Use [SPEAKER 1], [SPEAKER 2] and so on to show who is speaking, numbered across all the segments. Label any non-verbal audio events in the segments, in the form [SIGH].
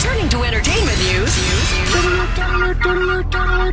[SPEAKER 1] Turning to entertainment news.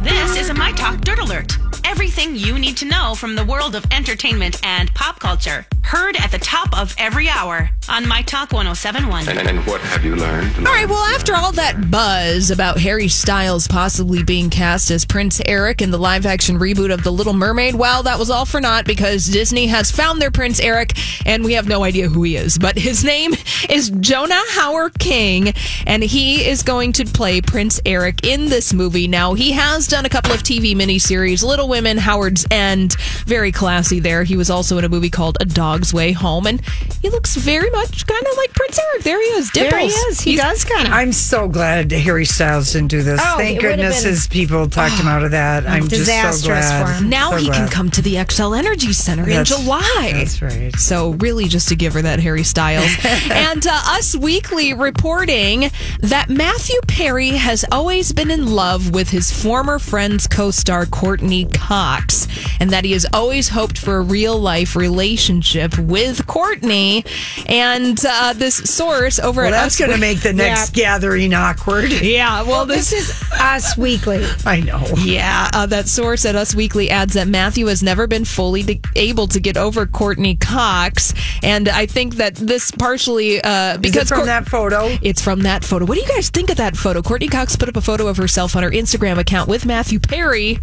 [SPEAKER 1] This is a My Talk Dirt Alert. Everything you need to know from the world of entertainment and pop culture. Heard at the top of every hour on My Talk 1071.
[SPEAKER 2] And, and what have you learned?
[SPEAKER 3] All right, well, after all that buzz about Harry Styles possibly being cast as Prince Eric in the live action reboot of The Little Mermaid, well, that was all for naught because Disney has found their Prince Eric and we have no idea who he is. But his name is Jonah Howard King and he is going to play Prince Eric in this movie. Now, he has done a couple of TV miniseries Little Women, Howard's End, very classy there. He was also in a movie called A Dog's Way Home and he looks very much kind of like Prince Eric. There he is. Dimples.
[SPEAKER 4] There he is. He
[SPEAKER 3] He's-
[SPEAKER 4] does kind
[SPEAKER 5] [LAUGHS]
[SPEAKER 4] of.
[SPEAKER 5] I'm so glad Harry Styles didn't do this.
[SPEAKER 4] Oh,
[SPEAKER 5] Thank
[SPEAKER 4] it would've
[SPEAKER 5] goodness
[SPEAKER 4] been
[SPEAKER 5] his
[SPEAKER 4] [SIGHS]
[SPEAKER 5] people talked him out of that. I'm just so
[SPEAKER 4] disastrous
[SPEAKER 5] glad.
[SPEAKER 4] for him.
[SPEAKER 3] Now
[SPEAKER 5] So
[SPEAKER 3] he can
[SPEAKER 5] glad.
[SPEAKER 3] come to the XL Energy Center
[SPEAKER 5] That's-
[SPEAKER 3] in July.
[SPEAKER 5] That's right.
[SPEAKER 3] So, really, just to give her that Harry
[SPEAKER 5] [LAUGHS]
[SPEAKER 3] Styles. and uh, Us Weekly reporting that Matthew Perry has always been in love with his former friend's co star, Courtney Cox, and that he has always hoped for a real life relationship with Courtney. And uh, this source over
[SPEAKER 5] Well,
[SPEAKER 3] at
[SPEAKER 5] that's
[SPEAKER 3] Us
[SPEAKER 5] going to make the next gathering awkward.
[SPEAKER 3] yeah, well, this
[SPEAKER 4] This is Us Weekly.
[SPEAKER 5] I know.
[SPEAKER 3] Yeah, uh, that source at Us Weekly adds that Matthew has never been fully to- able to get over Courtney Cox, and I think that this partially uh,
[SPEAKER 5] Is
[SPEAKER 3] because
[SPEAKER 5] it from
[SPEAKER 3] Cour-
[SPEAKER 5] that photo?
[SPEAKER 3] It's from that photo. What do you guys think of that photo? Courtney Cox put up a photo of herself on her Instagram account with Matthew Perry.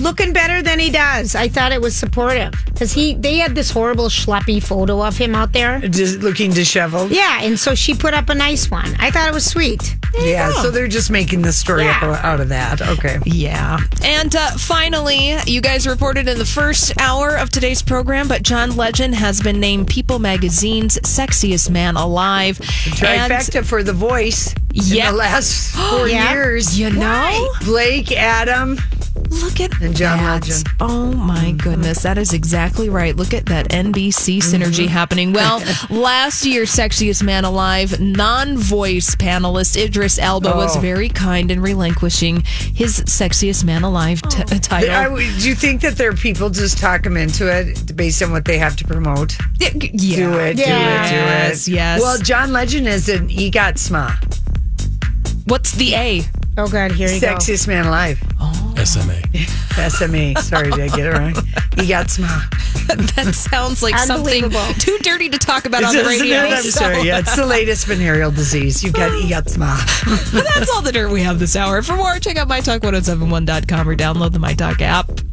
[SPEAKER 4] Looking better than he does. I thought it was supportive because he they had this horrible schleppy photo of him out there.
[SPEAKER 5] Just looking disheveled.
[SPEAKER 4] Yeah, and so she put up a nice one. I thought it was sweet.
[SPEAKER 5] Yeah, so they're just making the story
[SPEAKER 4] Yeah.
[SPEAKER 5] up out of that. Okay.
[SPEAKER 3] Yeah. And uh, finally, you guys reported in the first hour of today's program, but John Legend has been named People Magazine's Sexiest Man Alive. And-
[SPEAKER 5] Trifecta for the voice
[SPEAKER 3] [GASPS] Yeah.
[SPEAKER 5] in the last four
[SPEAKER 4] Yeah.
[SPEAKER 5] years.
[SPEAKER 3] You know?
[SPEAKER 5] Blake, Adam,
[SPEAKER 3] Look at
[SPEAKER 5] And John
[SPEAKER 3] that.
[SPEAKER 5] Legend. Mm-hmm.
[SPEAKER 3] Oh my goodness, that is exactly right. Look at that NBC
[SPEAKER 5] Mm-hmm.
[SPEAKER 3] synergy happening. Well,
[SPEAKER 5] [LAUGHS]
[SPEAKER 3] last year's Sexiest Man Alive non-voice panelist Idris Elba was
[SPEAKER 5] Oh.
[SPEAKER 3] very kind in relinquishing his Sexiest Man Alive t- [LAUGHS] title.
[SPEAKER 5] Oh. I w do you think that their people just talk them into it based on what they have to promote?
[SPEAKER 3] yeah.
[SPEAKER 5] Do it, do it, do it.
[SPEAKER 3] Yes, yes.
[SPEAKER 5] Well, John Legend is an EGOT SMA,
[SPEAKER 3] What's the A? [LAUGHS]
[SPEAKER 4] Oh God, here you go.
[SPEAKER 5] sexiest man alive.
[SPEAKER 6] SMA.
[SPEAKER 5] SMA. Sorry, did I get it wrong? EGOT SMA.
[SPEAKER 3] That sounds like something
[SPEAKER 4] Unbelievable.
[SPEAKER 3] too dirty to talk about on the
[SPEAKER 5] Isn't
[SPEAKER 3] radio.
[SPEAKER 5] it? I'm
[SPEAKER 3] so- [LAUGHS]
[SPEAKER 5] [LAUGHS] sorry. Yeah, it's the latest venereal disease. You've got EGOT SMA.
[SPEAKER 3] oh But that's all the dirt we have this hour. For more, check out mytalk1071.com or download the MyTalk app.